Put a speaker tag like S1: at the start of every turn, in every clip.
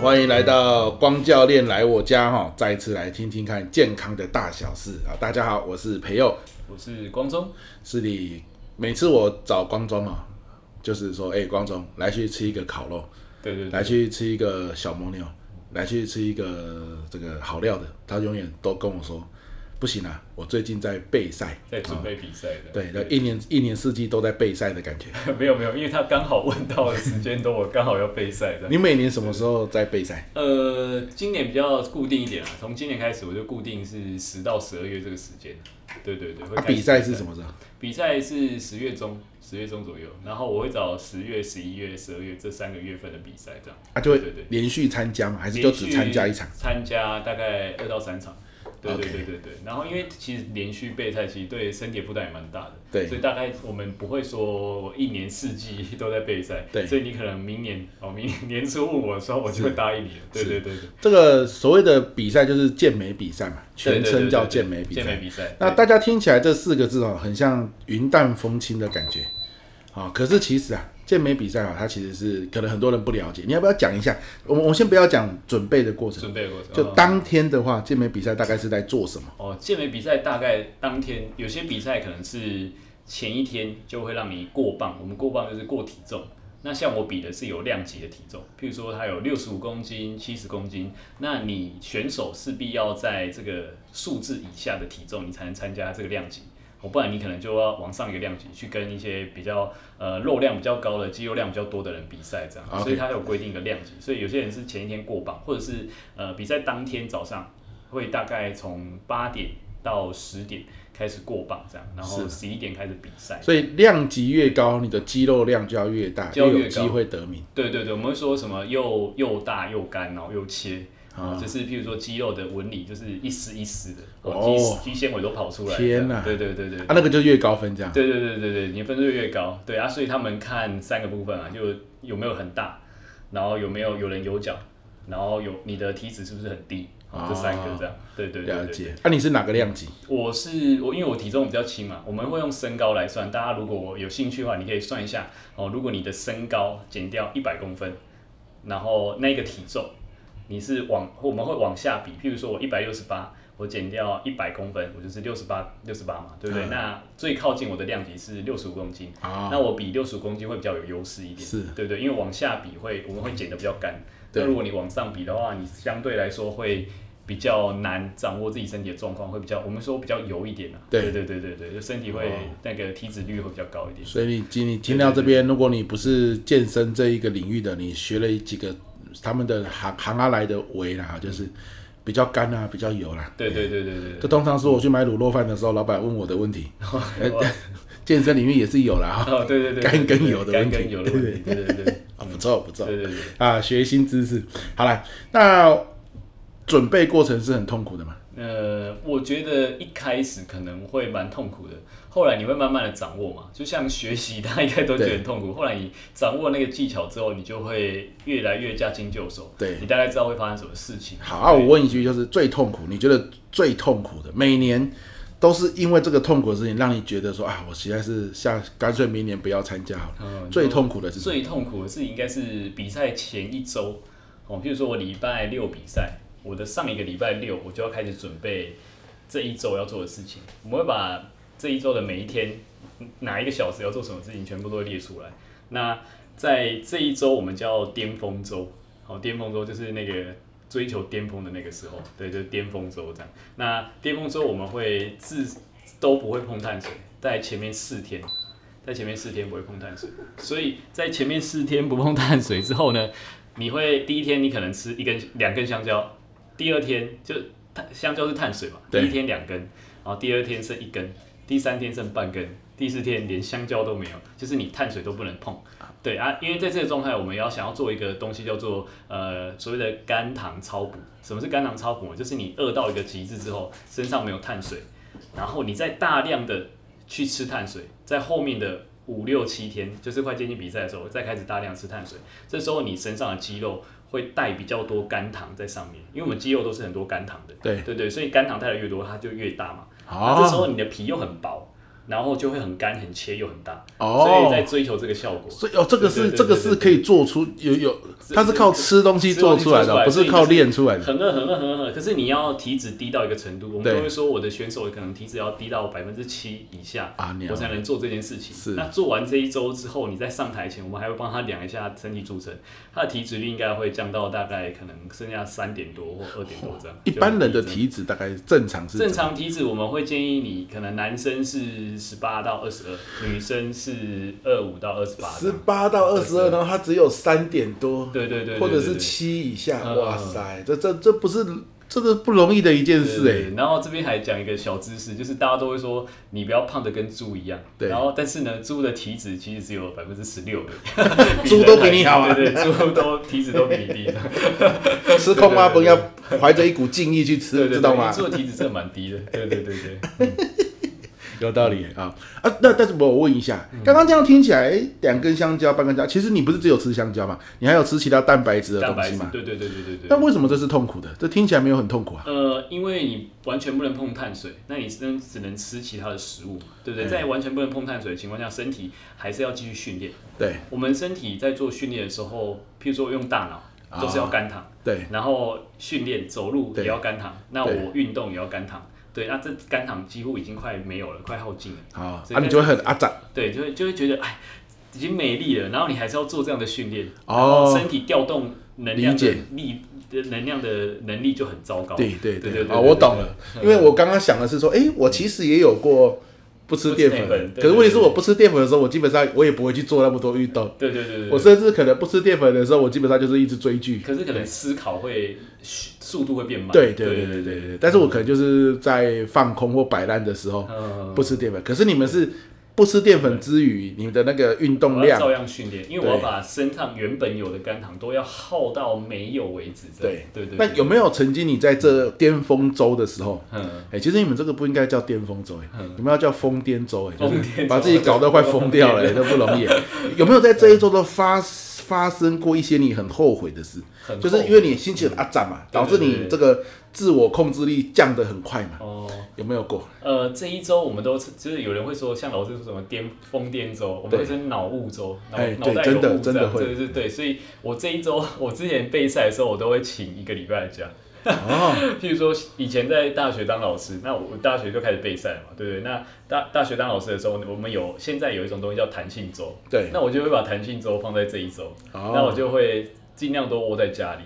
S1: 欢迎来到光教练来我家哈，再次来听听看健康的大小事啊！大家好，我是培佑，
S2: 我是光中，
S1: 是你每次我找光中啊，就是说，哎、光中来去吃一个烤肉，
S2: 对对对，
S1: 来去吃一个小蒙牛，来去吃一个这个好料的，他永远都跟我说，不行啊，我最近在备赛，
S2: 在准
S1: 啊
S2: 备比赛的，
S1: 对，那一年一年四季都在备赛的感觉。
S2: 没有没有，因为他刚好问到的时间都我刚好要备赛的。
S1: 你每年什么时候在备赛？
S2: 呃，今年比较固定一点啊，从今年开始我就固定是十到十二月这个时间，对对对，会
S1: 啊，
S2: 开始
S1: 比赛是什么时候？
S2: 比赛是十月中，十月中左右，然后我会找十月、十一月、十二月这三个月份的比赛，这样
S1: 啊，就会
S2: 对对
S1: 连续参加嘛，还是就只参加一场？，
S2: 参加大概二到三场。对对
S1: OK
S2: 对对对，然后因为其实连续备赛，其实对身体负担也蛮大的，
S1: 对
S2: 所以大概我们不会说我一年四季都在备赛，
S1: 对
S2: 所以你可能明年哦，明年年初问我的时候，我就会答应你了，对
S1: 是
S2: 对对对，
S1: 这个所谓的比赛就是健美比赛嘛，全
S2: 对对对
S1: 称叫
S2: 对
S1: 健美比
S2: 健美
S1: 赛。
S2: 比赛，
S1: 那
S2: 对
S1: 大家听起来这四个字哦，很像云淡风轻的感觉啊、可是其实啊，健美比赛啊，它其实是可能很多人不了解。你要不要讲一下？我们我们先不要讲准备的过程，
S2: 准备的过程
S1: 就
S2: 哦
S1: 当天的话，健美比赛大概是在做什么？
S2: 哦，健美比赛大概当天有些比赛可能是前一天就会让你过磅，我们过磅就是过体重。那像我比的是有量级的体重，譬如说它有六十五公斤、七十公斤，那你选手势必要在这个数字以下的体重，你才能参加这个量级。哦，不然你可能就要往上一个量级去跟一些比较呃肉量比较高的、肌肉量比较多的人比赛这样
S1: OK
S2: 所以它有规定一个量级，所以有些人是前一天过磅，或者是呃比赛当天早上会大概从八点到十点开始过磅这样，然后
S1: 是
S2: 十一点开始比赛。
S1: 所以量级越高，你的肌肉量就要越大，
S2: 就要
S1: 越
S2: 越
S1: 有机
S2: 高
S1: 会得名。
S2: 对对对，我们会说什么又又大又干，然后又切。
S1: 啊
S2: 啊，就是譬如说肌肉的纹理，就是一丝一丝的，
S1: 哦
S2: 哦，肌肌纤维都跑出来。
S1: 天哪
S2: 哪！对对对对
S1: 啊，那个就越高分这样。
S2: 对对对对对，你的分数越高，对啊，所以他们看三个部分啊，就有没有很大，然后有没有有人有脚，然后有你的体脂是不是很低，
S1: 哦
S2: 这三个这样，对对对
S1: 了
S2: 对。
S1: 解。那、啊、你是哪个量级？
S2: 我是我，因为我体重比较轻嘛，我们会用身高来算。大家如果有兴趣的话，你可以算一下哦。如果你的身高减掉一百公分，然后那个体重，你是往我们会往下比。譬如说我一百六十八，我减掉一百公分，我就是六十八六十八嘛，对不对？
S1: 嗯
S2: 那最靠近我的量级是六十五公斤，
S1: 啊
S2: 那我比六十五公斤会比较有优势一点，
S1: 是
S2: 对对，因为往下比会我们会减的比较干。
S1: 对
S2: 那如果你往上比的话，你相对来说会比较难掌握自己身体的状况，会比较我们说比较油一点啊。
S1: 对
S2: 对对对对，就身体会、
S1: 哦
S2: 那个体脂率会比较高一点。
S1: 所以你今你听到这边，如果你不是健身这一个领域的，你学了几个他们的行行阿来的围啦，就是比较干啊，比较油啦。
S2: 对对对对对
S1: 这
S2: 对。
S1: 通常是我去买卤肉饭的时候，老板问我的问题，哎
S2: 哇
S1: 健身领域也是有啦，哈
S2: 哦，对对对，
S1: 干跟油的问
S2: 干
S1: 题
S2: 跟油的问题，对对对对
S1: 啊，不错不错
S2: 对对对。
S1: 啊，学新知识。好啦，那准备过程是很痛苦的嘛？
S2: 呃，我觉得一开始可能会蛮痛苦的，后来你会慢慢的掌握嘛，就像学习，大家应该都觉得很痛苦。后来你掌握那个技巧之后，你就会越来越驾轻就熟，
S1: 对
S2: 你大概知道会发生什么事情。
S1: 好啊，我问一句，就是最痛苦，你觉得最痛苦的，每年都是因为这个痛苦的事情，让你觉得说啊，我实在是下，干脆明年不要参加好了。
S2: 嗯
S1: 最痛苦的是什么？
S2: 最痛苦的事应该是比赛前一周哦，譬如说我礼拜六比赛，我的上一个礼拜六我就要开始准备这一周要做的事情。我们会把这一周的每一天嗯哪一个小时要做什么事情，全部都会列出来。那在这一周我们叫巅峰周，好、巅峰周就是那个追求巅峰的那个时候，对，就是巅峰周这样。那巅峰周我们会自都不会碰碳水，在前面四天，在前面四天不会碰碳水，所以在前面四天不碰碳水之后呢，你会第一天你可能吃一根两根香蕉，第二天就碳香蕉是碳水嘛，第
S1: 对
S2: 一天两根，然后第二天剩一根，第三天剩半根，第四天连香蕉都没有，就是你碳水都不能碰。对啊，因为在这个状态，我们要想要做一个东西叫做呃所谓的肝糖超补。什么是肝糖超补呢？就是你饿到一个极致之后，身上没有碳水，然后你再大量的去吃碳水，在后面的五六七天，就是快接近比赛的时候，再开始大量吃碳水，这时候你身上的肌肉会带比较多肝糖在上面，因为我们肌肉都是很多肝糖的，
S1: 对哦
S2: 啊对对，所以肝糖带的越多，它就越大嘛。那这时
S1: 好，
S2: 候你的皮又很薄，然后就会很干、很切又很大，
S1: 哦
S2: 所以在追求这个效果。
S1: 所以哦，这个是
S2: 对对对
S1: 这个是可以做出有有，它是靠吃东西做出来的，不是靠练出来的。
S2: 很饿很饿很饿很饿，可是你要体脂低到一个程度，我们
S1: 对
S2: 都会说我的选手可能体脂要低到百分之七以下
S1: 啊你，要
S2: 我才能做这件事情。
S1: 是
S2: 那做完这一周之后，你在上台前，我们还会帮他量一下身体组成，他的体脂率应该会降到大概可能剩下三点多或二点多这样。
S1: 一般人
S2: 就
S1: 的
S2: 很低这样
S1: 体脂大概正常是怎
S2: 正
S1: 么
S2: 常体脂，我们会建议你可能男生是十八到二十二，女生是二五到二十八。
S1: 十八到二十二，然后它只有三点多，
S2: 对对对对对
S1: 或者是
S2: 对
S1: 七以下，
S2: 嗯
S1: 哇塞，这这这不是这个不容易的一件事
S2: 对
S1: 哎，
S2: 欸然后这边还讲一个小知识，就是大家都会说你不要胖的跟猪一样，
S1: 对
S2: 然后但是呢，猪的体脂其实只有百分之十六的，
S1: 猪都比你好啊
S2: 对对，对猪都体脂都比你低 的，
S1: 吃空八崩
S2: 对对
S1: 要怀着一股敬意去
S2: 对对
S1: 吃，
S2: 对，
S1: 知道吗？
S2: 猪的体脂真的蛮低的，对对对对，
S1: 有道理啊啊！那但是我问一下，
S2: 嗯
S1: 刚刚这样听起来，哎两根香蕉，半根香蕉，其实你不是只有吃香蕉嘛？你 还有吃其他蛋白质的
S2: 蛋
S1: 东
S2: 白
S1: 西
S2: 质
S1: 嘛，？
S2: 对对对对对对。
S1: 但为什么这是痛苦的？这听起来没有很痛苦啊。
S2: 呃，因为你完全不能碰碳水，那你只能只能吃其他的食物，对不
S1: 嗯
S2: 对？在完全不能碰碳水的情况下，身体还是要继续训练。
S1: 对
S2: 我们身体在做训练的时候，譬如说用大
S1: 啊
S2: 脑，都是要肝糖，
S1: 对，
S2: 然后训练走路
S1: 对
S2: 也要肝糖，那
S1: 对
S2: 我运动也要肝糖，对，那这肝糖几乎已经快没有了，快耗尽了，
S1: 好啊，
S2: 所以
S1: 你就会很阿展
S2: 对，就会就会觉得哎，已经没力了，然后你还是要做这样的训练，
S1: 哦。
S2: 身体调动能量
S1: 理
S2: 的
S1: 解
S2: 力。能量的能力就很糟糕，
S1: 对对
S2: 对
S1: 对，
S2: 对
S1: 哦，我懂了，因为我刚刚想的是说，哎，我其实也有过不吃淀粉
S2: 不吃淀粉，
S1: 可是
S2: 对
S1: 问题是
S2: 对对
S1: 我不吃淀粉的时候，我基本上我也不会去做那么多运动，
S2: 对对对对对，
S1: 我甚至可能不吃淀粉的时候，我基本上就是一直追剧。
S2: 可是可能思考会速度会变慢。
S1: 对对对对对对，但是我可能就是在放空或摆烂的时候
S2: 嗯，
S1: 不吃淀粉，可是你们是不吃淀粉之余，你们的那个运动
S2: 我要
S1: 量
S2: 照样训练，因为我要
S1: 对
S2: 把身上原本有的肝糖都要耗到没有为止。这
S1: 对
S2: 样对对。
S1: 那有没有曾经你在这巅峰周的时候？
S2: 嗯，
S1: 哎、其实你们这个不应该叫巅峰周，哎、你们要叫疯癫周，哎，就
S2: 疯
S1: 是
S2: 癫周
S1: 把自己搞得快疯掉了，哎，都不容易。哎有没有在这一周都发发生过一些你很后悔的事？
S2: 很后
S1: 就
S2: 悔嗯
S1: 是因为你心情很阿展嘛，
S2: 对
S1: 导致
S2: 对
S1: 你
S2: 对
S1: 这个自我控制力降得很快嘛？
S2: 哦。
S1: 有没有过？
S2: 呃，这一周我们都是，就是有人会说，像老师说什么颠疯癫周，我们会称脑雾周，脑
S1: 哎
S2: 脑袋
S1: 对
S2: 有
S1: 真的
S2: 雾这样
S1: 真的会
S2: 对对对对，所以我这一周， 我之前备赛的时候，我都会请一个礼拜的假，
S1: 哦，
S2: 譬如说，以前在大学当老师，那我大学就开始备赛嘛，对不对？那大大学当老师的时候，我们有现在有一种东西叫弹性周，
S1: 对
S2: 那我就会把弹性周放在这一周，
S1: 哦
S2: 那我就会尽量多窝在家里，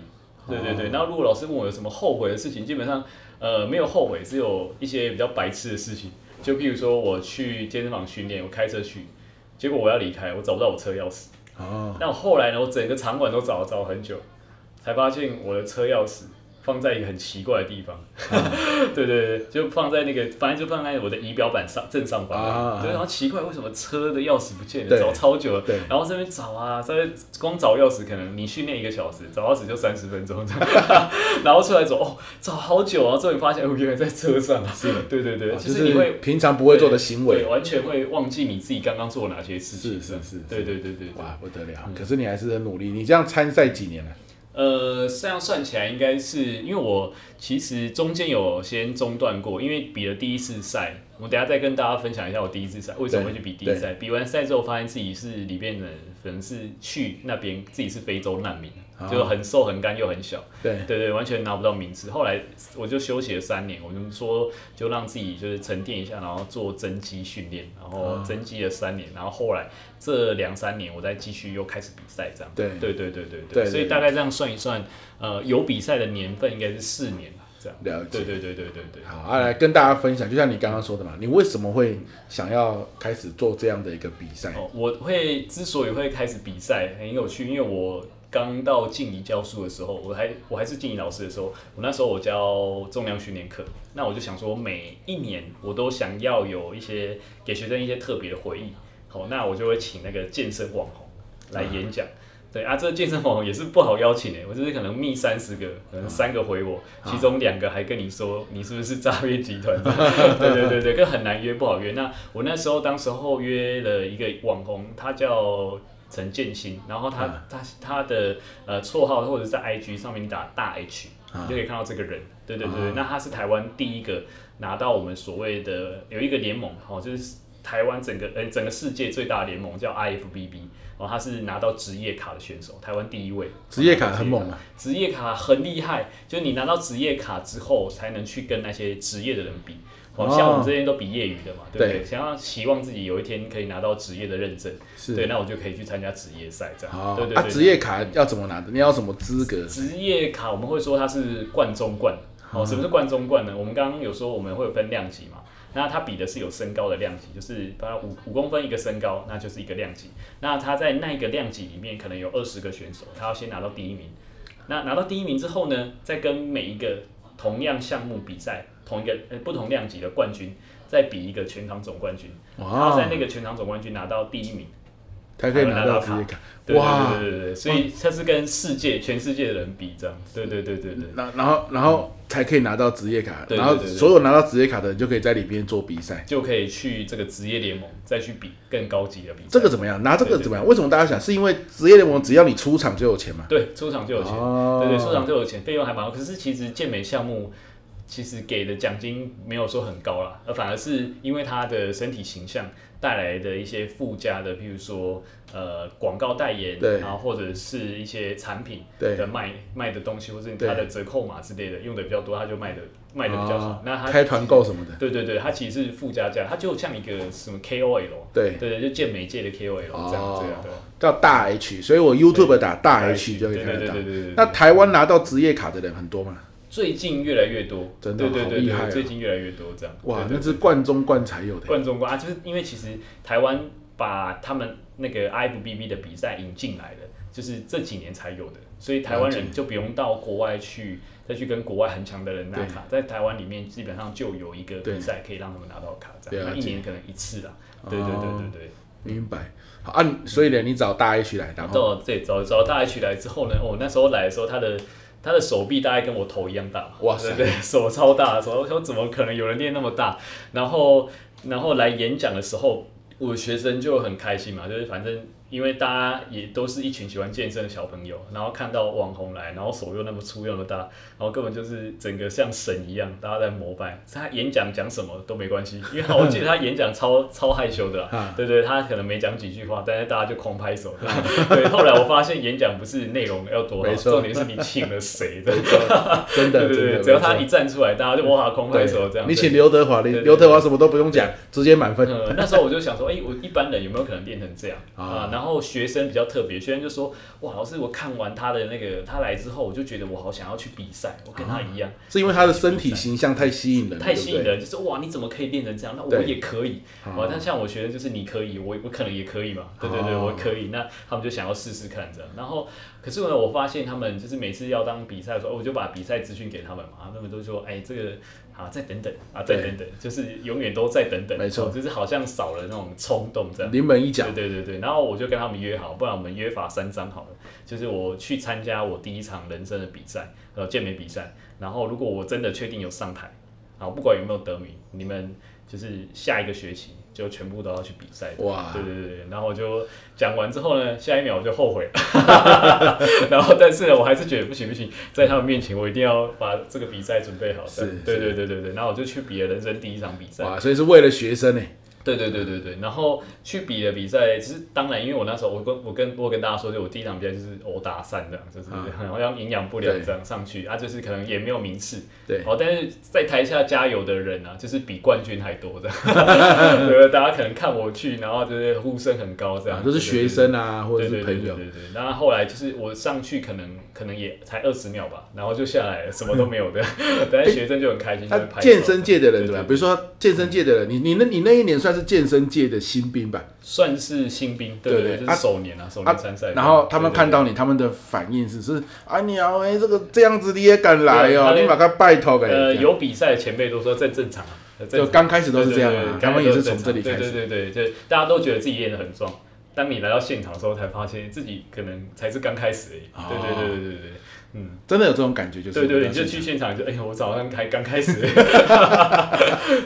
S2: 对对
S1: 哦
S2: 对。那、如果老师问我有什么后悔的事情，基本上呃没有后悔，只有一些比较白痴的事情，就譬如说我去健身房训练，我开车去，结果我要离开，我找不到我车钥匙。
S1: 哦，
S2: 那我后来呢，我整个场馆都找找很久，才发现我的车钥匙放在一个很奇怪的地方。 对对对，就放在那个，反正就放在我的仪表板上正上方。
S1: 啊
S2: 对，然后奇怪为什么车的钥匙不见
S1: 对
S2: 了，找超久了。
S1: 对
S2: 然后这边找啊，这边光找钥匙，可能你训练一个小时，找钥匙就三十分钟这样。 然后出来走，哦，找好久啊，终于发现我原来在车上。是，对对对，
S1: 哦
S2: 就
S1: 就是
S2: 你会
S1: 是平常不会做的行
S2: 对，
S1: 为，
S2: 完全会忘记你自己刚刚做哪些事
S1: 是
S2: 情。
S1: 是是
S2: 对对对对对。嗯
S1: 哇，不得了！可是你还是很努力，你这样参赛几年了？
S2: 呃，这样算起来应该是因为我其实中间有先中断过，因为比了第一次赛，我等一下再跟大家分享一下我第一次赛为什么会去比第一次赛。比完赛之后，发现自己是里边人，可能是去那边自己是非洲难民，
S1: 啊
S2: 就是很瘦、很干又很小，
S1: 对，
S2: 对对，完全拿不到名次。后来我就休息了三年，我就说就让自己就是沉淀一下，然后做增肌训练，然后增肌了三年，然后后来这两三年我再继续又开始比赛这样。
S1: 对
S2: 对对对对
S1: 对
S2: 对，所以大概这样算一算，呃，有比赛的年份应该是四年吧，这样。
S1: 了
S2: 对
S1: 解。
S2: 对对对对对。
S1: 好，啊，来跟大家分享，就像你刚刚说的嘛，你为什么会想要开始做这样的一个比赛？
S2: 哦，我会之所以会开始比赛，很有趣，因为我刚到静怡教书的时候，我还我还是静怡老师的时候，我那时候我教重量训练课，那我就想说，每一年我都想要有一些给学生一些特别的回忆，好，那我就会请那个健身网红来演讲。对啊，这个健身网红也是不好邀请诶、欸我就是可能密三十个，可
S1: 啊
S2: 能三个回我，其中两个还跟你说你是不是诈骗集团 的， 对对对对，跟很难约，不好约。那我那时候当时候约了一个网红，他叫陈建新，然后他、
S1: 啊
S2: 他他的呃绰号或者是在 IG 上面打大 H，、
S1: 啊
S2: 你就可以看到这个人。对对对，
S1: 啊
S2: 那他是台湾第一个拿到我们所谓的有一个联盟，哦，就是。台湾整个呃整个世界最大的联盟叫 IFBB，哦，他是拿到职业卡的选手，台湾第一位。
S1: 职业卡很猛啊，
S2: 职业卡很厉害，就是你拿到职业卡之后，才能去跟那些职业的人比。哦，像我们这些都比业余的嘛，对不对？
S1: 对
S2: 想要期望自己有一天可以拿到职业的认证，
S1: 是
S2: 对，那我就可以去参加职业赛这样。
S1: 好
S2: 对对
S1: 啊，
S2: 对，
S1: 职业卡要怎么拿的？你要什么资格？
S2: 职业卡我们会说它是冠中冠。哦，什么是冠中冠呢？我们刚刚有说我们会有分量级嘛，那它比的是有身高的量级，就是把它五五公分一个身高，那就是一个量级。那它在那一个量级里面可能有二十个选手，他要先拿到第一名。那拿到第一名之后呢，再跟每一个同样项目比赛同一个呃不同量级的冠军，再比一个全场总冠军，然后在那个全场总冠军拿到第一名，
S1: 才可以拿到职业卡。
S2: 对对
S1: 哇，
S2: 对对对，所以它是跟世界全世界的人比这样，对对对对对，
S1: 然然后然后才可以拿到职业卡，
S2: 对对
S1: 然后
S2: 对对
S1: 所有拿到职业卡的人就可以在里面做比赛。
S2: 就可以去这个职业联盟再去比更高级的比赛。
S1: 这个怎么样？拿这个怎么样？为什么大家想？是因为职业联盟只要你出场就有钱嘛？
S2: 对出场就有钱，
S1: 哦
S2: 对对，出场就有钱，费用还蛮高。可是其实健美项目其实给的奖金没有说很高啦，而反而是因为他的身体形象带来的一些附加的，譬如说呃广告代言，
S1: 对
S2: 然后或者是一些产品
S1: 对
S2: 的卖卖的东西，或者它的折扣码之类的用的比较多，他就卖的卖的比较好。
S1: 哦
S2: 那他
S1: 开团购什么的，
S2: 对对对，它其实是附加价，它就像一个什么 KOL，
S1: 对
S2: 对对，就健美界的 KOL 这样、
S1: 哦
S2: 这样对。啊
S1: 叫大 H，所以我 YouTube 打大 H 就可以
S2: 对
S1: 看得
S2: 对对
S1: 到
S2: 对。对对。
S1: 那台湾拿到职业卡的人很多吗？
S2: 最近越来越多，
S1: 真的
S2: 对对
S1: 好
S2: 对
S1: 厉
S2: 对
S1: 害啊
S2: 最近越来越多这样。
S1: 哇，
S2: 对
S1: 那
S2: 对
S1: 是冠中冠才有的。
S2: 冠中冠啊，就是因为其实台湾把他们那个 IFBB 的比赛引进来的，就是这几年才有的，所以台湾人就不用到国外去。再去跟国外很强的人拿卡，在台湾里面基本上就有一个比赛可以让他们拿到卡，这样
S1: 了
S2: 那一
S1: 解哦
S2: 年可能一次啦。对对对对对。
S1: 明白。好啊，你所以呢，你找大 H 来，然后
S2: 到这里找找大 H 来之后呢，我、那时候来的时候，他的他的手臂大概跟我头一样大，
S1: 哇塞
S2: 对对，手超大，手我说怎么可能有人练那么大？然后然后来演讲的时候，我的学生就很开心嘛，就是反正因为大家也都是一群喜欢健身的小朋友，然后看到网红来，然后手又那么粗又那么大，然后根本就是整个像神一样，大家在膜拜。他演讲讲什么都没关系，因为我记得他演讲超 超害羞的啦，
S1: 啊
S2: 对对，他可能没讲几句话，但是大家就狂拍手。对，后来我发现演讲不是内容要多好，
S1: 没错
S2: 重点是你请了谁的。
S1: 真
S2: 对
S1: 的
S2: 对
S1: 真
S2: 对，
S1: 的，
S2: 只要他
S1: 没
S2: 一站出来，大家就哇狂
S1: 错
S2: 拍手这样。
S1: 你
S2: 对
S1: 请刘德华，你
S2: 对对对
S1: 刘德华什么都不用讲，直接满分。
S2: 呃，那时候我就想说，哎、我一般人有没有可能练成这样
S1: 啊
S2: 啊、然后学生比较特别，学生就说，哇，老师，我看完他的那个，他来之后，我就觉得我好想要去比赛，我跟他一样，
S1: 啊是因为他的身体形象太吸引人了，
S2: 太吸引
S1: 对
S2: 人，就是哇，你怎么可以练成这样？那我
S1: 对
S2: 也可以。哇，但像我学生就是你可以，我我可能也可以嘛，对对对，
S1: 哦
S2: 我可以。那他们就想要试试看这样。然后，可是呢，我发现他们就是每次要当比赛的时候，我就把比赛资讯给他们嘛，他们都说，哎，这个啊，再等等啊，再
S1: 对
S2: 等等，就是永远都再等等，
S1: 没错
S2: 哦就是好像少了那种冲动这
S1: 不对
S2: 样。
S1: 临门一脚，
S2: 对对对对，然后我就跟他们约好，不然我们约法三章好了。就是我去参加我第一场人生的比赛，呃，健美比赛。然后如果我真的确定有上台，啊，不管有没有得名，你们就是下一个学期就全部都要去比赛。
S1: 哇
S2: 对对对对，然后我就讲完之后呢，下一秒我就后悔 了，然后但是呢，我还是觉得不行不行，在他们面前我一定要把这个比赛准备好。
S1: 是是
S2: 对对对对对，然后我就去比了人生第一场比赛。
S1: 哇，所以是为了学生呢。欸
S2: 对对对对对，然后去比了比赛，其实当然，因为我那时候我跟我跟我跟大家说，就我第一场比赛就是殴打散这样，就是
S1: 啊
S2: 好像营养不良
S1: 对
S2: 这样上去啊，就是可能也没有名次，
S1: 对
S2: 哦，但是在台下加油的人啊，就是比冠军还多 的，对，大家可能看我去，然后就是呼声很高这样
S1: 啊，，都是
S2: 对
S1: 学。生啊，或者
S2: 对对
S1: 是
S2: 对对
S1: 朋
S2: 对
S1: 友
S2: 对，对，然后后来就是我上去可能可能也才二十秒吧，然后就下来了，什么都 没有的，但是学生就很开心，就
S1: 那
S2: 会拍手
S1: 健身界的人
S2: 对
S1: 怎么
S2: 对
S1: 样？比如说健身界的人，你你那你那一年算是健身界的新兵吧？
S2: 算是新兵，对
S1: 对
S2: 对
S1: 对
S2: 对，就
S1: 啊
S2: 是首年啊，首
S1: 啊
S2: 年参赛。
S1: 然后他们看到
S2: 你，
S1: 你，他们的反应是是啊，你啊，哎，这个这样子你也敢来
S2: 对
S1: 哦
S2: 他，就
S1: 你把他拜托给
S2: 呃，
S1: 人家。
S2: 有比赛的前辈都说这正常啊，这
S1: 就刚开始都是这样啊，他们也是从这里开
S2: 对
S1: 始。
S2: 对对对，就大家都觉得自己练得很壮，当你来到现场的时候，才发现自己可能才是刚开始而已。
S1: 哦
S2: 对对对对对对。嗯，
S1: 真的有这种感觉，就是
S2: 对对
S1: 我
S2: 对，你
S1: 比较
S2: 就
S1: 欣赏
S2: 去现场就哎呀，我早上开刚 开始，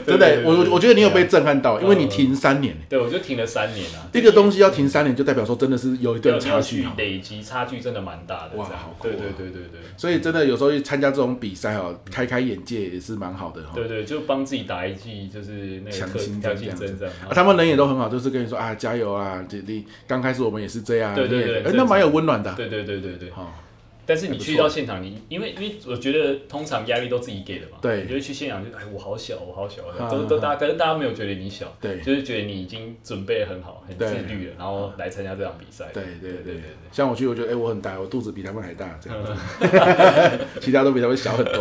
S1: 真的，我我我觉得你有被震撼到，
S2: 对啊
S1: 因为你停三年，
S2: 对我就停了三年啊，
S1: 一个东西要停三年，就代表说真的是有一
S2: 对，
S1: 段
S2: 你
S1: 差
S2: 要
S1: 距
S2: 去
S1: 哦。
S2: 累积差距真的蛮大的，
S1: 哇
S2: 这样
S1: 好酷啊
S2: 对对对对对。
S1: 所以真的有时候去参加这种比赛哦，开开眼界也是蛮好的哦哈。
S2: 对对，就帮自己打一剂，就是那个
S1: 强
S2: 特
S1: 心
S2: 强
S1: 针这
S2: 心
S1: 样
S2: 针这样。
S1: 啊，他们人也都很好，就是跟你说啊，加油啊，姐弟。刚开始我们也是这样，
S2: 对对
S1: 你也
S2: 对
S1: 哎
S2: 这
S1: 那蛮有温暖的啊。
S2: 对对对对对，
S1: 好，
S2: 但是你
S1: 还不
S2: 去
S1: 错
S2: 到现场，你因为因为我觉得通常压力都自己给的嘛，
S1: 对
S2: 你就会去现场就哎我好小我好小
S1: 啊，
S2: 都都大家，但是大家没有觉得你小，
S1: 对
S2: 就是觉得你已经准备得很好，很
S1: 对
S2: 自律了，然后来参加这场比赛，
S1: 对对
S2: 对
S1: 对
S2: 对，
S1: 像我去，我觉得哎，我很大，我肚子比他们还大，这样子，其他都比他们小很 多。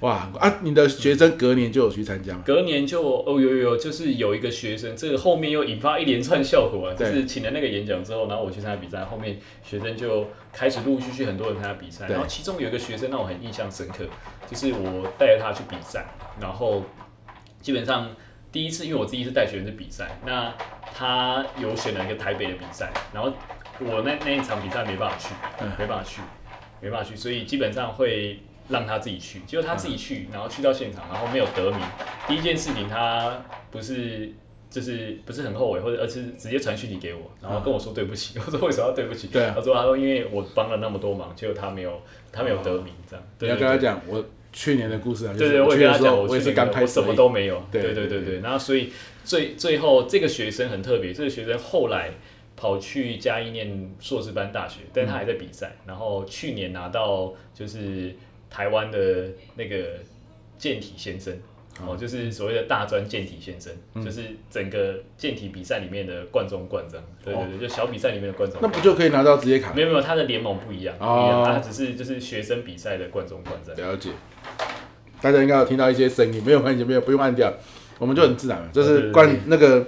S1: 哇啊，你的学生隔年就有去参加吗？
S2: 隔年就哦有有有，就是有一个学生，这个后面又引发一连串效果啊，就
S1: 对
S2: 是请了那个演讲之后，然后我去参加比赛，后面学生就开始陆陆续续很多人参加比赛，
S1: 对
S2: 然后其中有一个学生让我很印象深刻，就是我带着他去比赛，然后基本上第一次，因为我第一次带学生去比赛，那他有选了一个台北的比赛，然后我那那一场比赛没办法去，没办法去，没办法去，所以基本上会让他自己去。结果他自己去，然后去到现场，然后没有得名，第一件事情他不是。就是不是很后悔，或者而呃是直接传讯息给我，然后跟我说对不起。 我说为什么要对不起？
S1: 对啊
S2: 他说他说因为我帮了那么多忙，结果他没有他没有得名这样。
S1: 你
S2: 对
S1: 要跟
S2: 对对。啊
S1: 他讲，我去年的故事啊，就
S2: 对
S1: 是
S2: 对，
S1: 我去
S2: 我也跟
S1: 的
S2: 他
S1: 时
S2: 讲，
S1: 候
S2: 我
S1: 也
S2: 去
S1: 是
S2: 那个
S1: 刚开始而
S2: 我
S1: 已，
S2: 什么都没有。
S1: 对
S2: 对对
S1: 对
S2: 对
S1: 对
S2: 对，然后所以最最后这个学生很特别，这个学生后来跑去嘉义念硕士班大学，但他还在比赛，然后去年拿到就是台湾的那个健体先生。
S1: 啊
S2: 哦，就是所谓的大专健体先生，
S1: 嗯
S2: 就是整个健体比赛里面的冠中冠这样，对对对，就小比赛里面的冠中
S1: 哦那
S2: 冠。
S1: 不就可以拿到职业卡？
S2: 没有没有，他的联盟不一样，不一
S1: 哦
S2: 样，他只是就是学生比赛的冠中冠这样。
S1: 了解，大家应该有听到一些声音，没有关系，没有不用按掉，我们就很自然了。这
S2: 嗯对对
S1: 是
S2: 对
S1: 关那个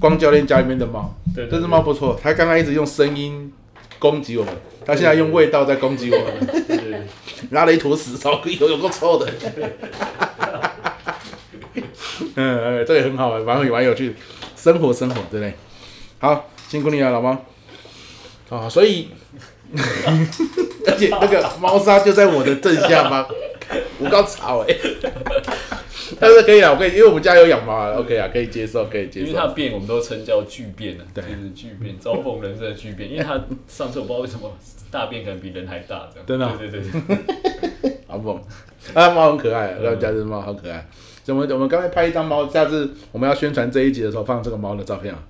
S1: 光教练家里面的猫，
S2: 对对
S1: 这只
S2: 对
S1: 猫不错，它刚刚一直用声音攻击我们，它现在用味道在攻击我们，
S2: 对对对。
S1: 拉了一坨屎烧给有有够臭 的。嗯，哎这也很好玩，蛮有蛮有趣的，生活生活，对不对？好，辛苦你了，老猫。哦，所以，而且那个猫砂就在我的正下 方，我刚吵哎、但是可以啊，我可以，因为我们家有养猫啊，OK 啊，可以接受，可以接
S2: 因为
S1: 受。
S2: 它的变，我们都称叫巨变啊，
S1: 对
S2: 就是巨变，招逢人生的巨变。因为它上次我不知道为什么大便可能比人还大，这样。
S1: 真的啊
S2: 对对对，
S1: 好猛！啊，猫很可爱，我们家这只猫好可爱。所以我们我们刚才拍一张猫，下次我们要宣传这一集的时候放这个猫的照片啊，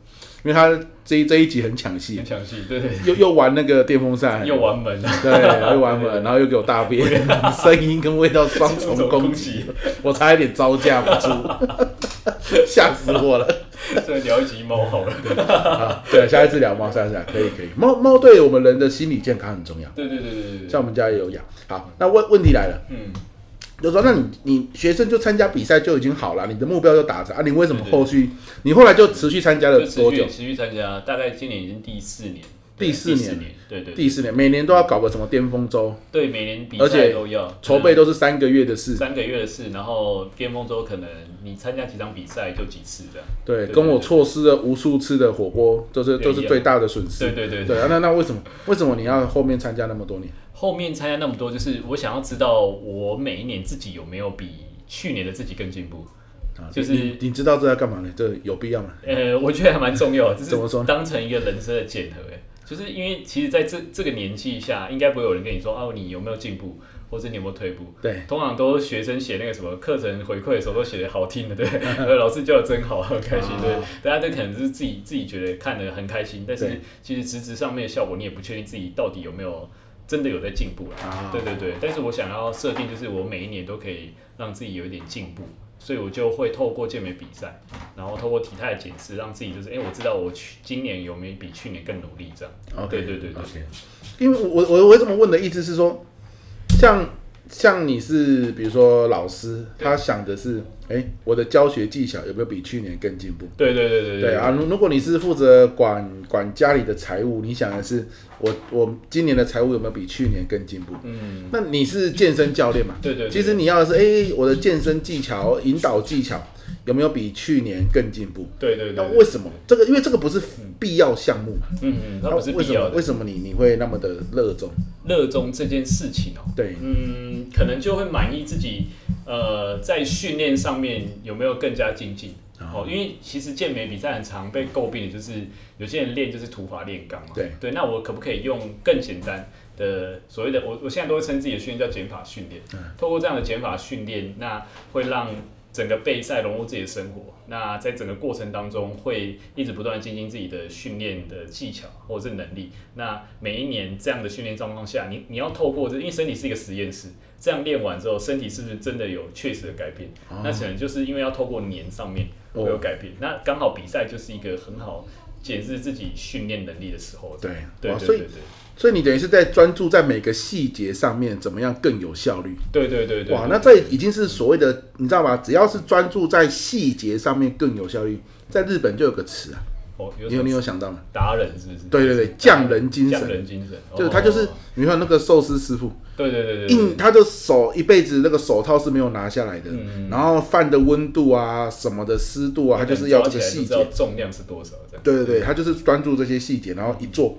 S1: 因为它这一这一集很抢戏
S2: 很，详细，对对，
S1: 又又玩那个电风扇，
S2: 又完门了，
S1: 对，又玩门，然后又 给我大便，声音跟味道双
S2: 这
S1: 重
S2: 种
S1: 攻
S2: 攻
S1: 击，
S2: 击，
S1: 我差一点招架不住，吓死我了。
S2: 所以聊一集猫好了。
S1: 啊，对，下一次聊猫，下一次聊，可以可以。猫猫对我们人的心理健康很重要，
S2: 对对对对对对，
S1: 像我们家也有养。好，那问问题来了。
S2: 嗯，
S1: 就说，那你你学生就参加比赛就已经好了，你的目标就达成啊，你为什么
S2: 对对
S1: 后续你后来就持续参加了
S2: 就持
S1: 多
S2: 续
S1: 久？
S2: 持续参加，大概今年已经第四年，
S1: 第
S2: 对
S1: 四
S2: 第四
S1: 年
S2: 年，对对对
S1: 第四年，每年都要搞个什么巅峰周，
S2: 对，每年比
S1: 而且
S2: 赛都要
S1: 筹备都是三个月的事。
S2: 三个月的事，然后巅峰周可能你参加几场比赛就几次这样。
S1: 对，
S2: 对
S1: 跟我
S2: 对
S1: 错失了无数次的火锅，这是这
S2: 对
S1: 是
S2: 一样
S1: 最大的损失。
S2: 对对对
S1: 对啊，那那为什么为什么你要后面参加那么多年？
S2: 后面参加那么多，就是我想要知道我每一年自己有没有比去年的自己更进步。
S1: 啊，
S2: 就是
S1: 你你你知道这要干嘛呢？这有必要吗？
S2: 呃，我觉得还蛮重要的，就
S1: 怎么说呢
S2: 是当成一个人生的检核。哎就是因为其实在这这个年纪下，应该不会有人跟你说哦、你有没有进步，或者你有没有退步。
S1: 对，
S2: 通常都学生写那个什么课程回馈的时候，都写的好 听的，对，呃老师教的真好，很开心，对，大家都可能是自己自己觉得看的很开心，但
S1: 啊对
S2: 是其实实质上面的效果，你也不确定自己到底有没有真的有在进步啦。
S1: 啊
S2: 对对对，但是我想要设定就是我每一年都可以让自己有一点进步，所以我就会透过健美比赛，然后透过体态的检视，让自己就是哎、我知道我去今年有没有比去年更努力这样。
S1: OK，
S2: 对对对对
S1: OK，因为我我我这么问的意思是说，像像你是比如说老师，他想的是，哎、我的教学技巧有没有比去年更进步？
S2: 对对对对
S1: 对啊，如如果你是负责管管家里的财务，你想的是我我今年的财务有没有比去年更进步？
S2: 嗯，
S1: 那你是健身教练嘛？
S2: 对对对
S1: 其实你要的是，哎、我的健身技巧、引导技巧有没有比去年更进步？
S2: 对对对
S1: 那
S2: 对，
S1: 为什么这个？因为这个不是必要项目嘛。
S2: 嗯嗯，它
S1: 那
S2: 不是
S1: 为
S2: 必
S1: 什
S2: 要
S1: 么
S2: 的。嗯
S1: 为什么你你会那么的热衷？
S2: 热衷这件事情哦，
S1: 对，
S2: 嗯，可能就会满意自己，呃，在训练上面有没有更加精进？
S1: 啊
S2: 哦，因为其实健美比赛很常被诟病的就是有些人练就是土法炼钢嘛。
S1: 对
S2: 对，那我可不可以用更简单的所谓的我我现在都会称自己的训练叫减法训练，
S1: 嗯
S2: 透过这样的减法训练，那会让整个备赛融入自己的生活。那在整个过程当中，会一直不断地精进自己的训练的技巧或者是能力。那每一年这样的训练状况下，你你要透过这，因为身体是一个实验室，这样练完之后，身体是不是真的有确实的改变？
S1: 哦
S2: 那可能就是因为要透过年上面会有改变。那刚好比赛就是一个很好检视自己训练能力的时候。
S1: 对
S2: 对
S1: 哇
S2: 对
S1: 所以
S2: 对
S1: 所以你等于是在专注在每个细节上面，怎么样更有效率？
S2: 对对对对对。
S1: 哇，那这已经是所谓的，你知道吗？只要是专注在细节上面更有效率，在日本就有个词啊，
S2: 哦，有
S1: 你
S2: 什
S1: 有你
S2: 么
S1: 有想到吗？
S2: 达人是不是？
S1: 对对对，匠人精
S2: 匠
S1: 神，
S2: 人精神，
S1: 就是他就是
S2: 哦，
S1: 你看那个寿司师傅，
S2: 对对对对对，
S1: 硬他的手一辈子那个手套是没有拿下来的，
S2: 嗯
S1: 然后饭的温度啊、什么的湿度啊，他就是要这个细
S2: 你
S1: 节
S2: 知。道重量是多少这样。
S1: 对对对，他就是专注这些细节，然后一做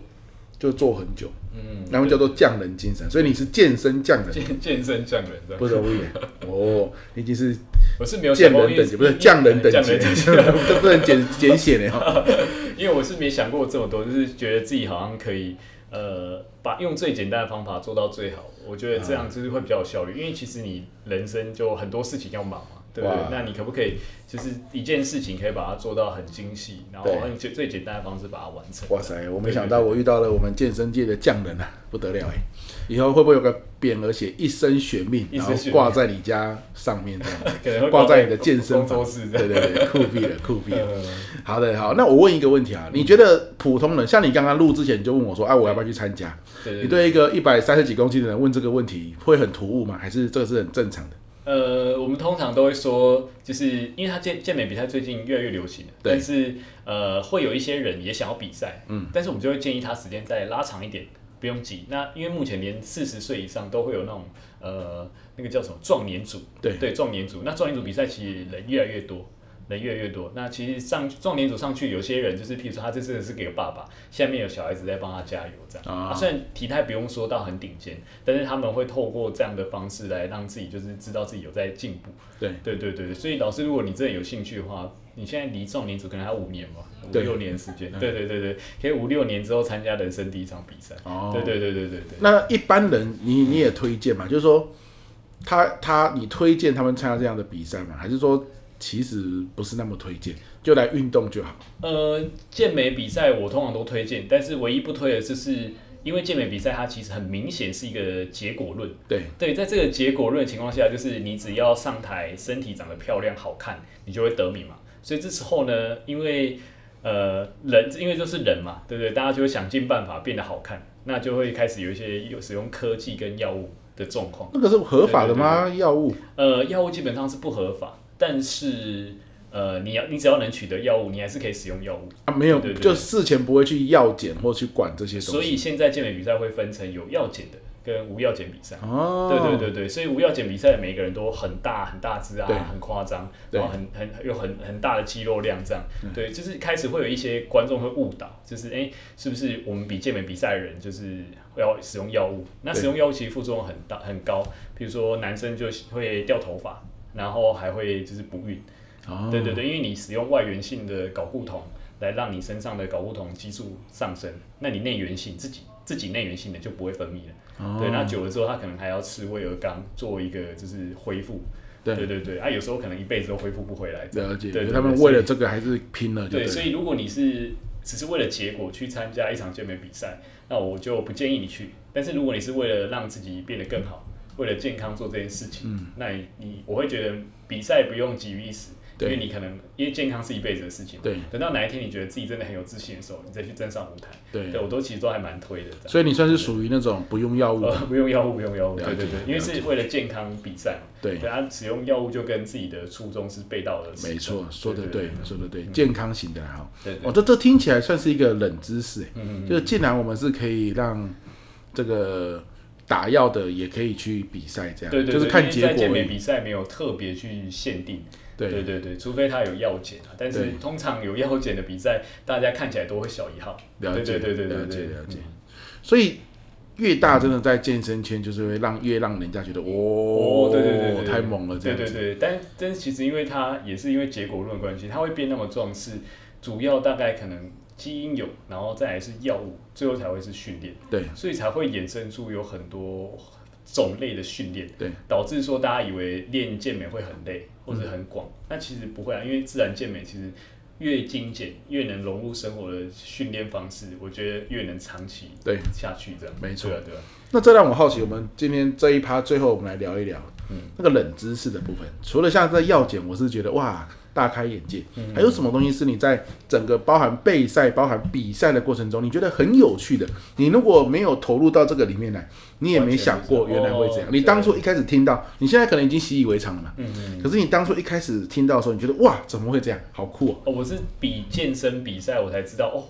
S1: 就做很久，
S2: 嗯，
S1: 然后叫做匠人精神。所以你是健身匠 人，
S2: 健健身匠人这样，
S1: 不容易哦，你已经是
S2: 我是没有
S1: 匠
S2: 想过
S1: 人等
S2: 因
S1: 级，
S2: 为
S1: 不是匠人等
S2: 匠
S1: 级，
S2: 人等级
S1: 这不能简简写的哈。
S2: 因为我是没想过这么多，就是觉得自己好像可以，呃，把用最简单的方法做到最好。我觉得这样就是会比较有效率，因为其实你人生就很多事情要忙嘛，对不对
S1: 哇？
S2: 那你可不可以就是一件事情可以把它做到很精细，然后
S1: 对
S2: 用最最简单的方式把它完成？
S1: 哇塞，我没想到我遇到了我们健身界的匠人啊，不得了哎！以后会不会有个匾额写“一生悬命”，
S2: 一
S1: 然
S2: 生
S1: 后
S2: 悬命
S1: 挂在你家上面这样子？
S2: 可能会
S1: 挂在你的健身
S2: 工
S1: 房
S2: 作室这样。
S1: 对对对，酷毙了，酷毙 了。
S2: 呃
S1: 好的，好，那我问一个问题啊，你觉得普通人，像你刚刚录之前你就问我说，哎、啊，我要不要去参加？
S2: 对对
S1: 你对一个一百三十几公斤的人问这个问题，会很突兀吗？还是这个是很正常的？
S2: 呃，我们通常都会说，就是因为它健健美比赛最近越来越流行了，
S1: 对
S2: 但是呃，会有一些人也想要比赛，嗯，但是我们就会建议他时间再拉长一点，不用急。那因为目前连四十岁以上都会有那种呃，那个叫什么壮年组，
S1: 对
S2: 对，壮年组。那壮年组比赛其实人越来越多。人越来越多，那其实上壮年组上去，有些人就是，譬如说他这次是给个爸爸，下面有小孩子在帮他加油这样。
S1: 啊
S2: 啊，虽然体态不用说到很顶尖，但是他们会透过这样的方式来让自己就是知道自己有在进步。
S1: 对，
S2: 对对对对，所以老师，如果你真的有兴趣的话，你现在离壮年组可能还有五年吧，五
S1: 对
S2: 六年时间。对对对对，可以五六年之后参加人生第一场比赛。
S1: 哦
S2: 对对对对对对。
S1: 那一般人你你也推荐嘛？就是说，他他你推荐他们参加这样的比赛吗？还是说其实不是那么推荐，就来运动就好？
S2: 呃，健美比赛我通常都推荐，但是唯一不推的就是，因为健美比赛它其实很明显是一个结果论。
S1: 对，
S2: 对，在这个结果论的情况下，就是你只要上台，身体长得漂亮好看，你就会得名嘛。所以这时候呢，因为呃人，因为就是人嘛，对不对？大家就会想尽办法变得好看，那就会开始有一些有使用科技跟药物的状况。
S1: 那个是合法的吗？药物？
S2: 呃，药物基本上是不合法，但是呃，你要你只要能取得药物，你还是可以使用药物。
S1: 啊，没有，
S2: 对对对
S1: 就事前不会去药检或去管这些东西。
S2: 所以现在健美比赛会分成有药检的跟无药检比赛。
S1: 哦，
S2: 对对对对，所以无药检比赛每个人都很大很大只啊
S1: 对，
S2: 很夸张，
S1: 对嗯
S2: 然后很很有很很大的肌肉量这样。对，就是开始会有一些观众会误导，就是哎、诶是不是我们比健美比赛的人就是要使用药物？那
S1: 对
S2: 使用药物其实副作用很大很高，比如说男生就会掉头发，然后还会就是不孕。
S1: 哦，
S2: 对对对，因为你使用外源性的睾固酮来让你身上的睾固酮激素上升，那你内源性自己自己内源性的就不会分泌了。
S1: 哦
S2: 对，那久了之后，它可能还要吃胃而刚做一个就是恢复。
S1: 对
S2: 对对对，啊，有时候可能一辈子都恢复不回来。
S1: 了解，
S2: 对对对
S1: 他们为了这个还是拼了就
S2: 对，
S1: 了
S2: 所以如果你是只是为了结果去参加一场健美比赛，那我就不建议你去。但是如果你是为了让自己变得更好，为了健康做这件事情，
S1: 嗯
S2: 那你你我会觉得比赛不用急于一时，因
S1: 对
S2: 为你可能因为健康是一辈子的事情嘛。
S1: 对
S2: 等到哪一天你觉得自己真的很有自信的时候，你再去站上舞台。
S1: 对
S2: 对我都其实都还蛮推的。这样
S1: 所以你算是属于那种不用药物的，
S2: 呃，不用药物，不用药物，
S1: 了
S2: 对对
S1: 解
S2: 对，因为
S1: 了
S2: 是为了健康比赛嘛，
S1: 对
S2: 对，啊他使用药物就跟自己的初衷是背道而驰，
S1: 没错，说的对，说的对，
S2: 嗯
S1: 健康型的啦哈。
S2: 对对
S1: 哦，这这听起来算是一个冷知识欸，
S2: 嗯
S1: 就是竟然我们是可以让这个打药的也可以去比赛，这样，
S2: 对对，
S1: 就是
S2: 对因
S1: 看
S2: 为
S1: 结
S2: 在
S1: 果
S2: 健
S1: 而
S2: 美
S1: 已。
S2: 比赛没有特别去限定，对
S1: 对，
S2: 对对，除非他有药检啊，但
S1: 对
S2: 是通常有药检的比赛，大家看起来都会小一号，
S1: 了解，
S2: 对对对对嗯
S1: 了
S2: 对
S1: 解，
S2: 对
S1: 了解。所以越大真的在健身圈就是会让越让人家觉得哦，
S2: 哦，对对对对，对
S1: 太猛哦了这
S2: 对
S1: 样子。
S2: 对对，但但其实因为它也是因为结果论关系，它会变那么壮是主要大概可能基因有，然后再来是药物，最后才会是训练，
S1: 对
S2: 所以才会衍生出有很多种类的训练，
S1: 对，
S2: 导致说大家以为练健美会很累或者很广，那其实不会啊，因为自然健美其实。越精简，越能融入生活的训练方式，我觉得越能长期
S1: 对
S2: 下去这样。
S1: 没错
S2: 对啊，对啊。
S1: 那这让我好奇，我们今天这一趴最后我们来聊一聊，
S2: 嗯
S1: 那个冷知识的部分。除了像这药检，我是觉得哇，大开眼界。
S2: 嗯
S1: 还有什么东西是你在整个包含备赛、包含比赛的过程中，你觉得很有趣的？你如果没有投入到这个里面来，你也没想过
S2: 完全不知
S1: 原
S2: 道
S1: 来会这样
S2: 哦。
S1: 你当初一开始听到，你现在可能已经习以为常了嘛。
S2: 嗯嗯。
S1: 可是你当初一开始听到的时候，你觉得哇，怎么会这样？好 酷哦！
S2: 哦，我是比健身比赛我才知道哦，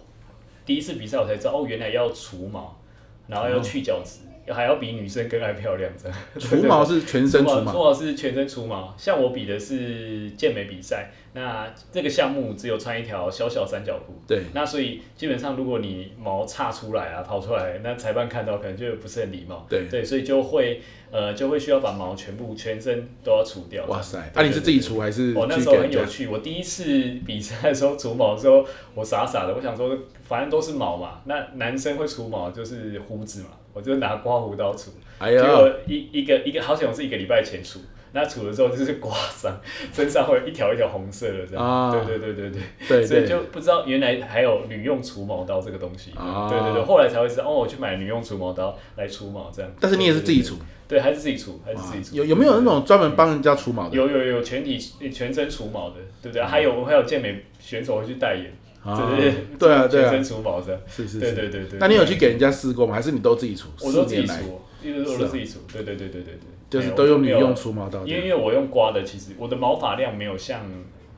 S2: 第一次比赛我才知道哦，原来要除毛，然
S1: 哦
S2: 后要去角质，还要比女生更爱漂亮这样。
S1: 除毛是全身除
S2: 除
S1: 毛，
S2: 毛是全身除毛，像我比的是健美比赛，那这个项目只有穿一条小小三角裤。
S1: 对，
S2: 那所以基本上，如果你毛岔出来啊、跑出来，那裁判看到可能就不是很礼貌。
S1: 对
S2: 对，所以就会呃就会需要把毛全部全身都要除掉。
S1: 哇塞！那、
S2: 对
S1: 你是自己除还是
S2: 我哦那
S1: 去
S2: 时候
S1: 给
S2: 很
S1: 人家
S2: 有？趣，我第一次比赛的时候除毛的时候，我傻傻的，我想说反正都是毛嘛，那男生会除毛就是胡子嘛，我就拿刮胡刀除，
S1: 哎
S2: 结
S1: 呀，
S2: 果一一个一个好险我是一个礼拜前除，那除了之后就是刮 伤，身上会有一条一条红色的这样，
S1: 啊
S2: 对对对对对，
S1: 对
S2: 所以
S1: 对
S2: 就不知道原来还有女用除毛刀这个东西，
S1: 啊
S2: 对对对，后来才会知道哦，我去买女用除毛刀来除毛这样，
S1: 但是你也是自己除，啊
S2: 对，对，对还是自己除，还是自己除，
S1: 有有没有那种专门帮人家除毛的？
S2: 有有有全体全身除毛的，对不对？还有我还有健美选手会去代言，就是
S1: 对啊啊对
S2: 全身
S1: 啊，
S2: 除毛的，
S1: 是是
S2: 对
S1: 是。
S2: 对对对。
S1: 那你有去给人家试过吗？还是你都自己除？
S2: 我都
S1: 四
S2: 自己
S1: 年
S2: 除
S1: 来，
S2: 一直我
S1: 是
S2: 都
S1: 啊
S2: 自己除，对对对对对对，
S1: 就是
S2: 哎
S1: 都用女，
S2: 我没
S1: 用
S2: 有
S1: 除毛刀
S2: 因为因
S1: 的。
S2: 为我用刮的，其实我的毛发量没有像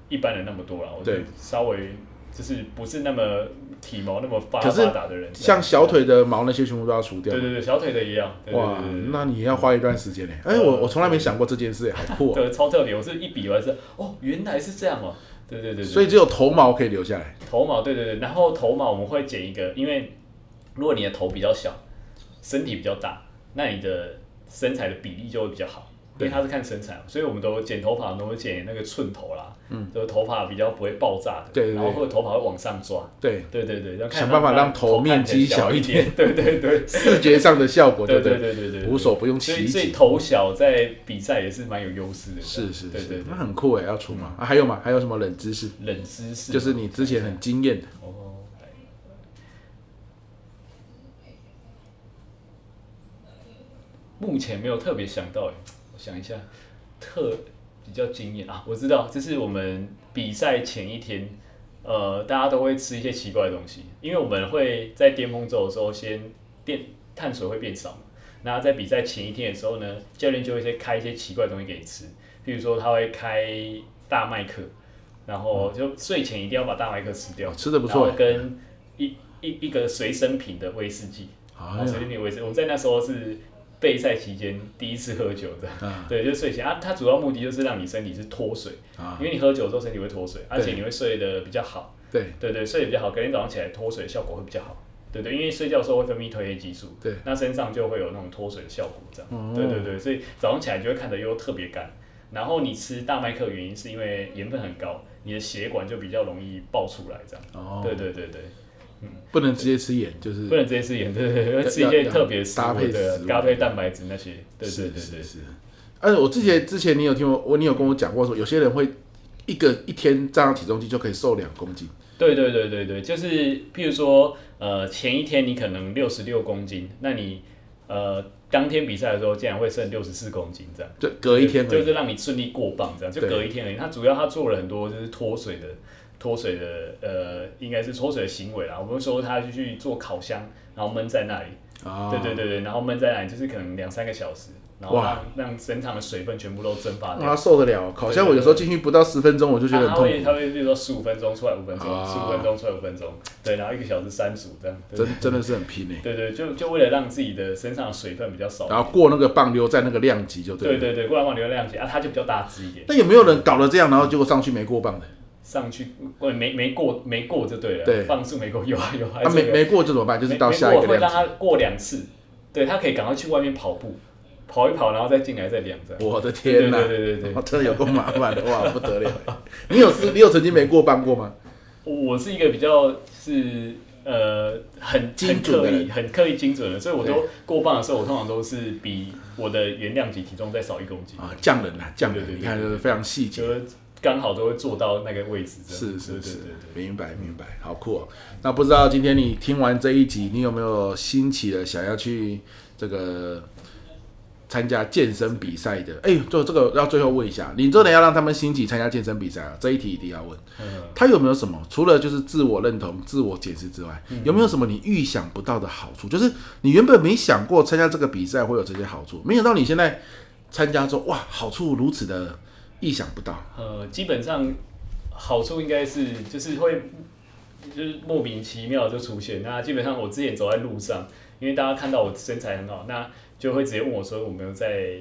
S2: 一般人那么多啦，我就
S1: 对
S2: 稍微就是不是那么体毛那么发
S1: 可是
S2: 发达的人，
S1: 像小腿的毛那些全部都要除掉
S2: 对。对对小腿的一样，对对
S1: 哇
S2: 对对，对
S1: 那你要花一段时间呢。哎，我我从来没想过这件事，好酷哦。
S2: 对超特别，我是一比完是哦原来是这样哦，对对对对，
S1: 所以只有头毛可以留下来。
S2: 头毛，对对对，然后头毛我们会剪一个，因为如果你的头比较小，身体比较大，那你的身材的比例就会比较好，因为它是看身材嘛，所以我们都剪头发，我们都会剪那个寸头啦，嗯，就是头发比较不会爆炸的，
S1: 对对对
S2: 然后或者头发会往上抓，
S1: 对，
S2: 对对对，要看
S1: 想办法
S2: 它
S1: 让头面积小一
S2: 看起来
S1: 点
S2: 小一点，对对对，
S1: 视觉上的效 果，对
S2: 对
S1: 不
S2: 对
S1: 对？
S2: 对对对，
S1: 无所不用
S2: 所
S1: 其
S2: 以所以
S1: 极。
S2: 头小在比赛也是蛮有优势的，
S1: 是是
S2: 对对
S1: 是
S2: 对，
S1: 那很酷哎，要除毛啊？还有吗？还有什么冷知识？
S2: 冷知识
S1: 就是你之前很惊艳的，
S2: 哦。目前没有特别想到，哎，我想一下，特比较惊艳啊！我知道，这是我们比赛前一天，呃，大家都会吃一些奇怪的东西，因为我们会在巅峰周的时候先电碳水会变少嘛，那在比赛前一天的时候呢，教练就会先开一些奇怪的东西给你吃，譬如说他会开大麦克，然后就睡前一定要把大麦克吃掉
S1: 嗯哦，吃的不错
S2: 然后跟一一一个随身瓶的威士忌，然
S1: 哎
S2: 后随
S1: 呀，
S2: 身瓶威士忌，我们在那时候是备赛期间第一次喝酒的，
S1: 啊
S2: 对，就睡前啊，它主要目的就是让你身体是脱水，
S1: 啊
S2: 因，为你喝酒之后身体会脱水，而且
S1: 对
S2: 你会睡得比较好。
S1: 对
S2: 对对，睡得比较好，隔天早上起来脱水效果会比较好。对对，因为睡觉的时候会分泌褪黑激素，
S1: 对，
S2: 那身上就会有那种脱水的效果，这样。
S1: 哦
S2: 对对对，所以早上起来就会看得又特别干。然后你吃大麦克的原因是因为盐分很高，你的血管就比较容易爆出来，这样。
S1: 哦，
S2: 对对对对，
S1: 不能直接吃盐，就是
S2: 不能直接吃盐，对对对，会吃一
S1: 要
S2: 些
S1: 要
S2: 特别的食
S1: 搭
S2: 物
S1: 配
S2: 的
S1: 食物
S2: 搭配蛋白质那些。对对
S1: 是
S2: 对对
S1: 是，是。而且我之前之前你有听我我你有跟我讲过说，有些人会一个一天站到体重计就可以瘦两公斤，
S2: 对对对对对，就是譬如说，呃，前一天你可能六十六公斤，那你呃当天比赛的时候竟然会剩六十四公斤这样，
S1: 就隔一天而
S2: 就
S1: 已。
S2: 是让你顺利过磅这样，就
S1: 对
S2: 隔一天而已。他主要他做了很多就是脱水的脱水的呃，应该是脱水的行为啦。我们说他就去做烤箱，然后闷在那里，
S1: 啊，
S2: 对对对对，然后闷在那里就是可能两三个小时，然后
S1: 哇
S2: 让让身上的水分全部都蒸发掉。
S1: 哇，受得了！烤箱我有时候进去不到十分钟，我就觉得很
S2: 啊他
S1: 痛
S2: 会
S1: 苦，
S2: 他会，比如说十五分钟出来五分钟，
S1: 啊
S2: 十五分钟出来五分钟，对，然后一个小时三组这样，对
S1: 真真的是很拼诶。
S2: 对对，就就为了让自己的身上的水分比较少，
S1: 然后过那个棒溜在那个量级就对
S2: 对
S1: 了。
S2: 对对，不然往流量级啊，它就比较大只一点，
S1: 那有没有人搞了这样，然后结果上去没过磅的？
S2: 上去呃没没过没过就对了，
S1: 对
S2: 磅数没过有啊有啊
S1: 啊，，没
S2: 这个
S1: 没过就怎么办？就是
S2: 没
S1: 到
S2: 没
S1: 下一
S2: 过
S1: 个
S2: 会让
S1: 量级。
S2: 它过两次，对他可以赶快去外面跑步，跑一跑，然后再进来再量这样。
S1: 我的天哪！
S2: 对对对对对
S1: 哦真的有够麻烦的，哇，不得了！欸你有是，你有曾经没过磅过吗？
S2: 我我是一个比较是呃很
S1: 精准的
S2: 很刻
S1: 人
S2: 意、很刻意精准的，所以我
S1: 对
S2: 都过磅的时候，我通常都是比我的原量级体重再少一公斤，
S1: 啊，匠人啊，匠人，
S2: 对对对
S1: 你看就是非常细节
S2: 就。是刚好都会做到那个位置这样。
S1: 是是是
S2: 对对对，
S1: 明白明白，好酷哦！那不知道今天你听完这一集，你有没有兴起了想要去这个参加健身比赛的？哎，就这个要最后问一下，你真的要让他们兴起参加健身比赛啊？这一题一定要问，
S2: 对嗯，
S1: 他有没有什么除了就是自我认同、自我解释之外，
S2: 嗯
S1: 有没有什么你预想不到的好处？就是你原本没想过参加这个比赛会有这些好处，没想到你现在参加之后，哇，好处如此的意想不到。
S2: 呃，基本上好处应该是就是会就是莫名其妙就出现。那基本上我之前走在路上，因为大家看到我身材很好，那就会直接问我说我没有在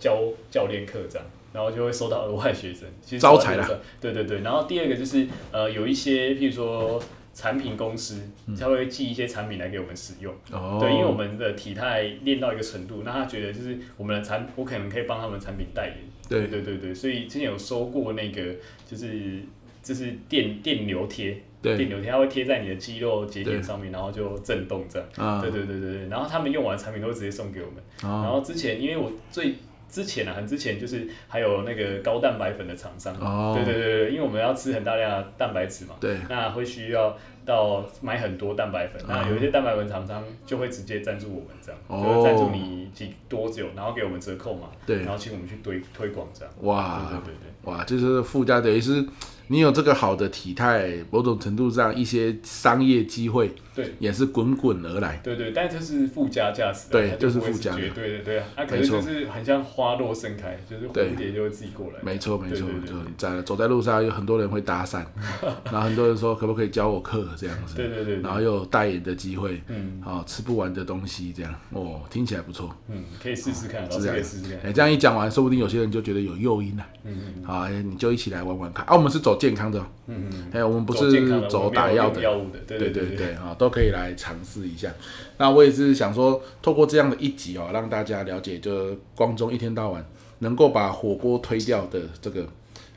S2: 教教练课这样，然后就会收到额外学生，其实
S1: 招财啦
S2: 收到额外学生。对对对，然后第二个就是呃，有一些譬如说产品公司，他会寄一些产品来给我们使用。
S1: 嗯哦
S2: 对，因为我们的体态练到一个程度，那他觉得就是我们的产，我可能可以帮他们产品代言。
S1: 对
S2: 对对对，所以之前有收过那个，就是就是电电流贴，
S1: 对
S2: 电流贴它会贴在你的肌肉节
S1: 对
S2: 点上面，然后就震动这样。
S1: 啊
S2: 对对对对对，然后他们用完产品都会直接送给我们。然
S1: 哦
S2: 后之前因为我最之前啊，很之前就是还有那个高蛋白粉的厂商，
S1: 哦
S2: 对对对对，因为我们要吃很大量的蛋白质嘛，
S1: 对
S2: 那会需要到买很多蛋白粉，那有一些蛋白粉厂商就会直接赞助我们这样，
S1: 啊哦
S2: 就会赞助你几多久，然后给我们折扣嘛，
S1: 对啊
S2: 然后请我们去推推广这样，
S1: 哇
S2: 对对对对。
S1: 哇，就是附加等于是你有这个好的体态，某种程度上一些商业机会
S2: 对
S1: 也是滚滚而来。
S2: 对对，但这是附加价值啊，
S1: 对
S2: 它
S1: 这是
S2: 不会
S1: 附加的
S2: 绝对对对啊，它可
S1: 没
S2: 能
S1: 错
S2: 就是很像花落盛开，就是
S1: 对
S2: 蝴蝶就会自己过来，
S1: 没错，没错，
S2: 对对对
S1: 就在走在路上，有很多人会搭讪， 然后很多人说可不可以教我课这样子，
S2: 对对对对
S1: 然后又有代言的机会，
S2: 嗯
S1: 哦，吃不完的东西这样，哦，听起来不错，
S2: 嗯，可以试试看，老
S1: 是
S2: 师
S1: 这样
S2: 可以试试看，
S1: 哎，这样一讲完，说不定有些人就觉得有诱因了、
S2: 嗯
S1: 啊，好、你就一起来玩玩看啊，我们是走健康的哦，
S2: 嗯嗯，
S1: 哎，我们不
S2: 走健康
S1: 是
S2: 的
S1: 走
S2: 我们
S1: 打
S2: 没有
S1: 药
S2: 用
S1: 的，
S2: 药物的，对
S1: 对
S2: 对
S1: 对啊、都可以来尝试一下。那我也是想说，透过这样的一集哦，让大家了解，就光中一天到晚能够把火锅推掉的这个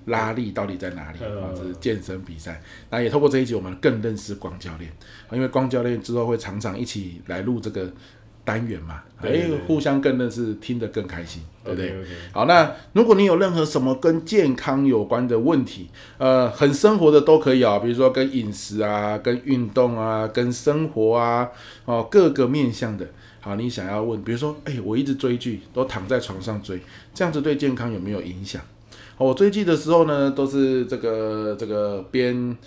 S1: 拉力到底在哪里
S2: 嗯
S1: 啊、这是健身比赛。那也透过这一集，我们更认识光教练，啊因为光教练之后会常常一起来录这个单元嘛，
S2: 对对
S1: 哎
S2: 对，呃
S1: 互相更认识，听得更开心，对不对？
S2: OK，OK
S1: 好，那如果你有任何什么跟健康有关的问题，呃，很生活的都可以啊、比如说跟饮食啊、跟运动啊、跟生活啊，哦，各个面向的。好，你想要问，比如说，哎、我一直追剧，都躺在床上追，这样子对健康有没有影响？哦我追剧的时候呢，都是这个这个边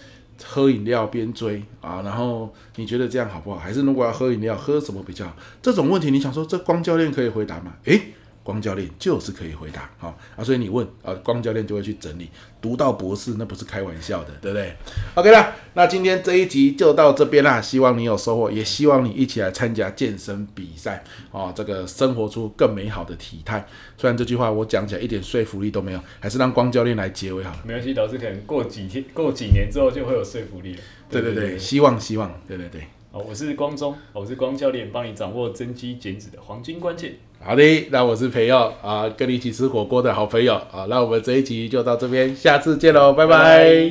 S1: 喝饮料边追啊，然后你觉得这样好不好？还是如果要喝饮料，喝什么比较好？这种问题你想说，这光教练可以回答吗？诶，光教练就是可以回答，好、啊，所以你问啊，光教练就会去整理，读到博士那不是开玩笑的，对不对？OK 啦，那今天这一集就到这边啦，希望你有收获，也希望你一起来参加健身比赛哦，这个生活出更美好的体态。虽然这句话我讲起来一点说服力都没有，还是让光教练来结尾好了。
S2: 没关系，老师可能过几天、过几年之后就会有说服力了。
S1: 对对对，希望希望，对对对。
S2: 好，我是光中，我是光教练，帮你掌握增肌减脂的黄金关键。
S1: 好的，那我是培佑啊，跟你一起吃火锅的好朋友啊，那我们这一集就到这边，下次见喽，拜拜